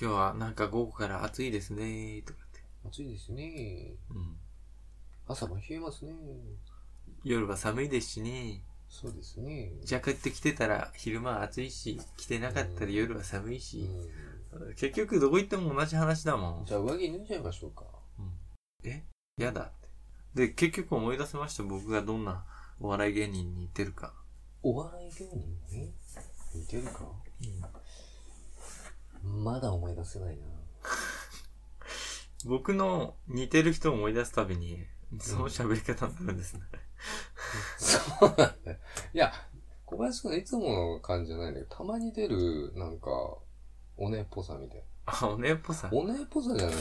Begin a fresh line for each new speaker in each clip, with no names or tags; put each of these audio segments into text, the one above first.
今日はなんか午後から暑いですねとかって。
暑いですね。
うん。
朝も冷えますね。
夜は寒いですしね。
そうですね。
ジャケット着てたら昼間は暑いし、着てなかったら夜は寒いし。
う
結局どこ行っても同じ話だも
ん
ん。
じゃあ上着脱いじゃいましょうか。
えやだって。で、結局思い出せました。僕がどんなお笑い芸人に似てるか。
お笑い芸人に似てるかまだ思い出せないな。
僕の似てる人を思い出すたびに、その喋り方になるんですね。
そうなんだよ。 いや、小林くんいつもの感じじゃないんだけど、たまに出る、なんか、おねっぽさみたい
あ、おねっぽさ
な。。おねっぽさじゃない違うの。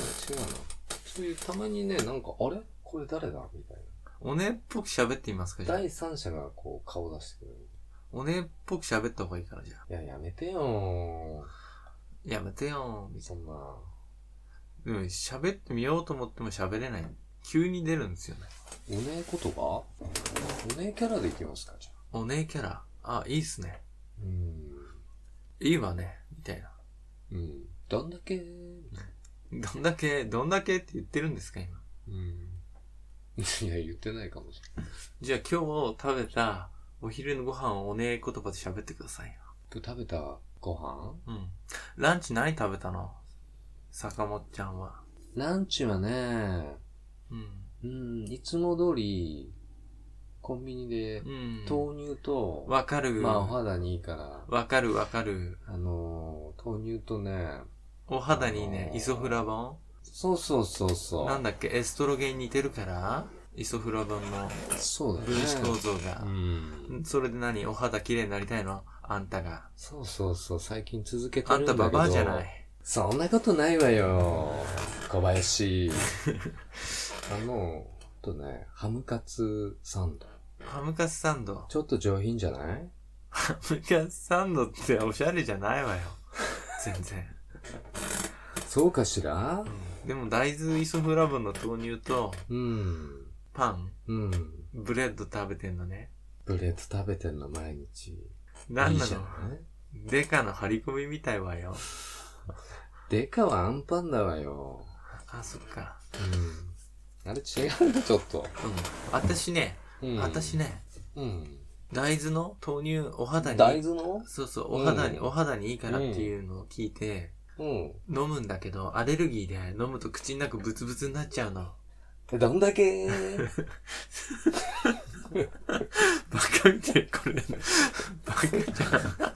そういう、たまにね、なんか、あれこれ誰だみたい
おねっぽく喋ってみますか
な。
じゃあ
第三者がこう、顔出してくれる。
おねっぽく喋った方がいいからじゃあ。
いや、やめてよ
やめてよー
ー。
みたい
そんな。
な。でも喋ってみようと思っても喋れない。急に出るんですよね。
おねえ言葉おねえキャラでいきますか、じゃあ。
おねえキャラ。あ、いいっすね。
うーん。
いいわね。みたいな。
うん。どんだけ
どんだけ、どんだけって言ってるんですか今。
うん。いや、言ってないかもしれない。
じゃあ今日食べたお昼のご飯をおねえ言葉で喋ってくださいよ。
今日食べたご飯
うん。ランチ何食べたの坂本ちゃんは。
ランチはね、
うん。
うん、いつも通り、コンビニで
うん。
豆乳と、
わかる。
まあお肌にいいから、
わかるわかる。
あのー、豆乳とね、
お肌に
あ
ね
の、ー
イソフラボ
そうそうそう
ン
そう。
なんだっけ、エストロゲンに似てるから、イソフラボンの
そうだね。
分子構造が
う。ん。
それで何お肌綺麗になりたいのあんたが。
そうそうそう、最近続けて
あ
る
ん
んだ
た
けど。
ババアじゃない。
そんなことないわよ、小林。あの、ほんとね、ハムカツサンド。
ハムカツサンド。
ちょっと上品じゃない
ハムカツサンドっておしゃれじゃない わよ。全然。
そうかしら
でも大豆イソフラボンの豆乳と、
うん。
パン、
うん。
ブレッド食べてんのね。
ブレッド食べてんの毎日。
なん
い
ない
じゃ
の
ない
デカの張り込みみたいわよ。
デカはアンパンだわよ。
あ、そっか。
うん。あれ違うのちょっと。
うん。私ね、
うん。
私。ね、
うん。
大豆の豆乳お肌に。
大豆の
そうそう、お肌に、
うん
お肌にいいからっていうのを聞いて、
うん。
飲むんだけど、アレルギーで飲むと口の中ブツブツになっちゃうの。
どん だけ
バカみたい、これ。バカじゃん。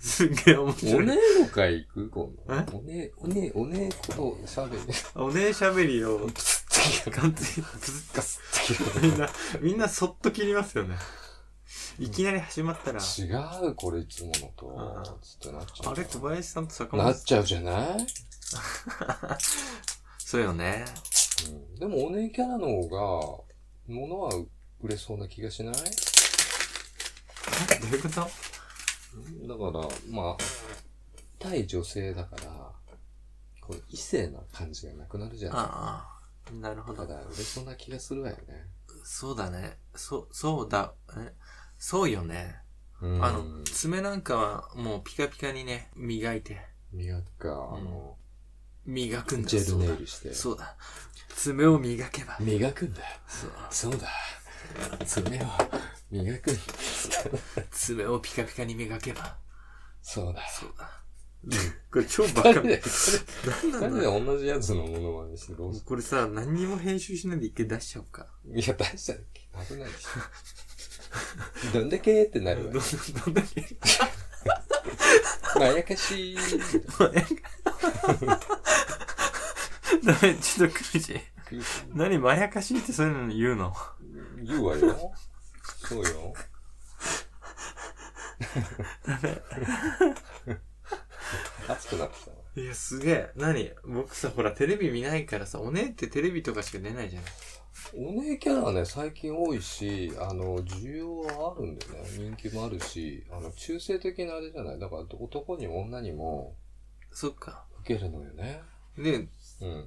すげえ面白
お
い。
ねえの会行く今
え
度。おねえ、おねえ、おねえこと喋る。
おねえ喋りを、
プツッて
完全に、ブツ
ガスッて切
ッみんな、みんなそっと切りますよね。いきなり始まったら、
違う、これいつも
う
の
ん
と。つってなっちゃう。
あれ、小林さんと坂
な
本
っちゃうじゃない、
そうよね。
うん、でも、おねえキャラの方が、ものは売れそうな気がしないだか
えどういうこと
ら、まあ、対女性だから、こう異性な感じがなくなるじゃない
ああ、なるほ
だ
ど
か。ら、売れそうな気がするわよね。
そうだね。そ、そうだ、えそうよね。
うん
あの、爪なんかはもうピカピカにね、磨いて、
磨くか、あの、
磨くんだ
ジェ
そ
ル
う
ネ
だ
イルして。
そうだ。爪を磨けば。
磨くんだ。
そう
そうだ。爪を磨くんだ。
爪をピカピカに磨けば。
そうだ。
そうだ。これ超バ
誰
カ
だよ。
何な
なんんで
だ
同じやつのものまねしてどうす
これさ、何にも編集しないで一回出しちゃおうか。
るい や、大したら危 ないでしょ。どんだけってな
ど
る
ん
わ
ど。んだけ
まやかしい。
ダメ、ちょっと苦しい。何、まやかしいってそういうの言うの
言うわよ。そ うよ。熱くなってきたわ。
いや、すげえ。何僕さ、ほら、テレビ見ないからさ、おねえってテレビとかしか出ないじゃない
お姉キャラはね、最近多いし、あの、需要はあるんだよね。人気もあるし、あの、中性的なあれじゃない。だから、男にも女にも
そっか。
受けるのよね。
で、
うん。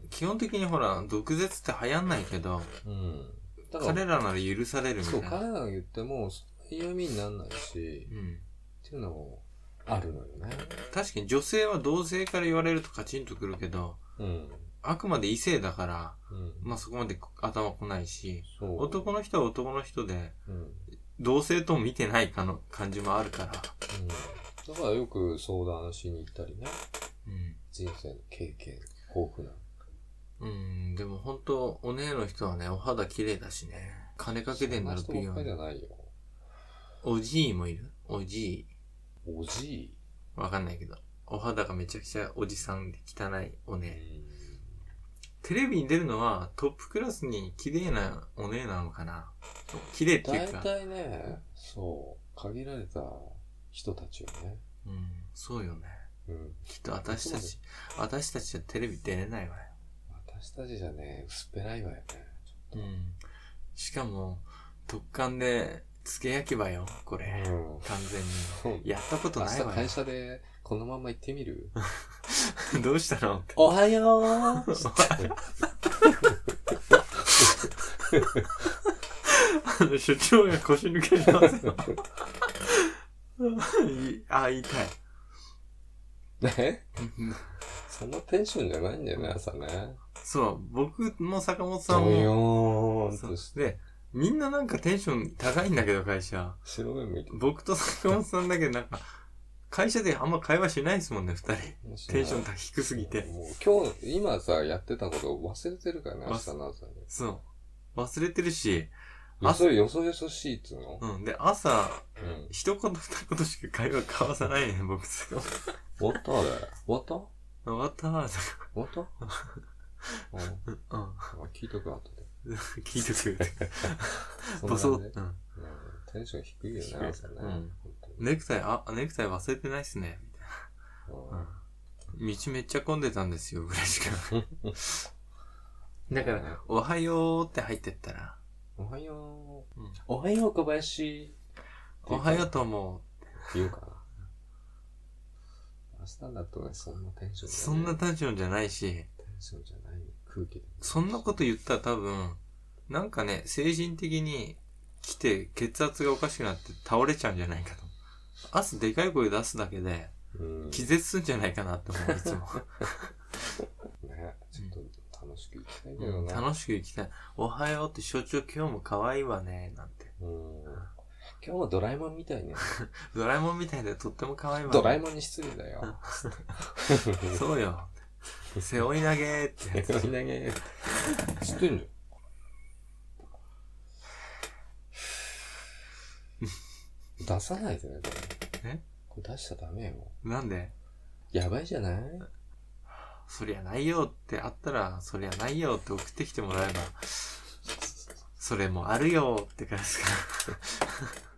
基本的にほら、毒舌って流行んないけど、
うん。だから、
彼らなら許されるみた
そう、
いな。
彼らが言っても、そんな嫌味にならないし、
うん。
っていうのも、あるのよね。
確かに女性は同性から言われるとカチンとくるけど、
うん。
あくまで異性だから、
うん。
まあそこまで頭来ないし、
そう。
男の人は男の人で、
うん。うん。
同性とも見てないかの感じもあるから、
だからよく相談しに行ったりね。
うん。
人生の経験、豊富な。
うん、でも本当お姉の人はね、お肌綺麗だしね。金かけてんなら
そんな
美
人ばっ
容
かりじ
に
ゃないよ。
おじいもいるおじい。
おじい。
わかんないけど。お肌がめちゃくちゃおじさんで汚いお
う
姉。
ん
テレビに出るのはトップクラスに綺麗なお姉なのかな綺麗ってい
大
うか。
体ね、そう、限られた人たちよね。
うん、そうよね。
うん。
きっと私たち、私たちはテレビ出れないわよ。
私たちじゃね、薄っぺらいわよね。
うん。しかも、特感で、つけ焼きばよ、これ。
うん。
完全に。
そう
やったこと
明
ない
日
わよ
会。社でこのまま行ってみる
どうした の
おはよう
あの所長が腰抜けてますよ。 いあ、痛い。
ねそんなテンションじゃないんだよね、朝ね。
そう、僕も坂本さん
ド
も。
ヨーン
そう
として、
で、みんななんかテンション高いんだけど、会社。
白目向いて。
僕と坂本さんだけなんか、会社であんま会話しないですもんね、二人。テンション高低すぎて。
もう今日、今さ、やってたこと忘れてるからね、
忘
明日の朝に。
そう。忘れてるし、
よそよそよそしいっつうの
うん。で、朝、
うん。
一言二言しか会話交わさないね、 僕と。
終わったあれ。終わった
終わったーとか。
終 わったうん
うん。
あ聞いとく、後で。
聞いとく。
そんな
ボソ
ね
ッ。うん。
うんテンション低いよね、朝ね。
うん
本当に
ネクタイ、あ、ネクタイ忘れてないっすね。
う
道
ん
めっちゃ混んでたんですよ、ぐらいしか。 だから、おはようって入ってったら、
おはよう
うん。
おはよう、小林。
おはようと思
って言うかな。明日だとね、そんなテンショ
う。
ン
そんな
テ
タンションじゃないし、
ンションじゃない空気で。
そんなこと言ったら多分、なんかね、精神的に来て血圧がおかしくなって倒れちゃうんじゃないかと。汗でかい声出すだけで、
うん。
気絶すんじゃないかなって思う、いつ も。
ね、ちょっと楽しく行きたいけ
う
ど
ん
な。
楽しく行きたい。おはようって所長今日も可愛いわね、なんて。
うん。今日はドラえもんみたいね。
ドラえもんみたいでとっても可愛いわね。
ドラえもんに失礼だ よ。
そう よ。背負い投げってやつ。
みんなね。知って んの出さないでね、これ。
え
これ出しちゃダメよ。
なんで
やばいじゃない
そりゃないよってあったら、そりゃないよって送ってきてもらえば、それもあるよって感じですか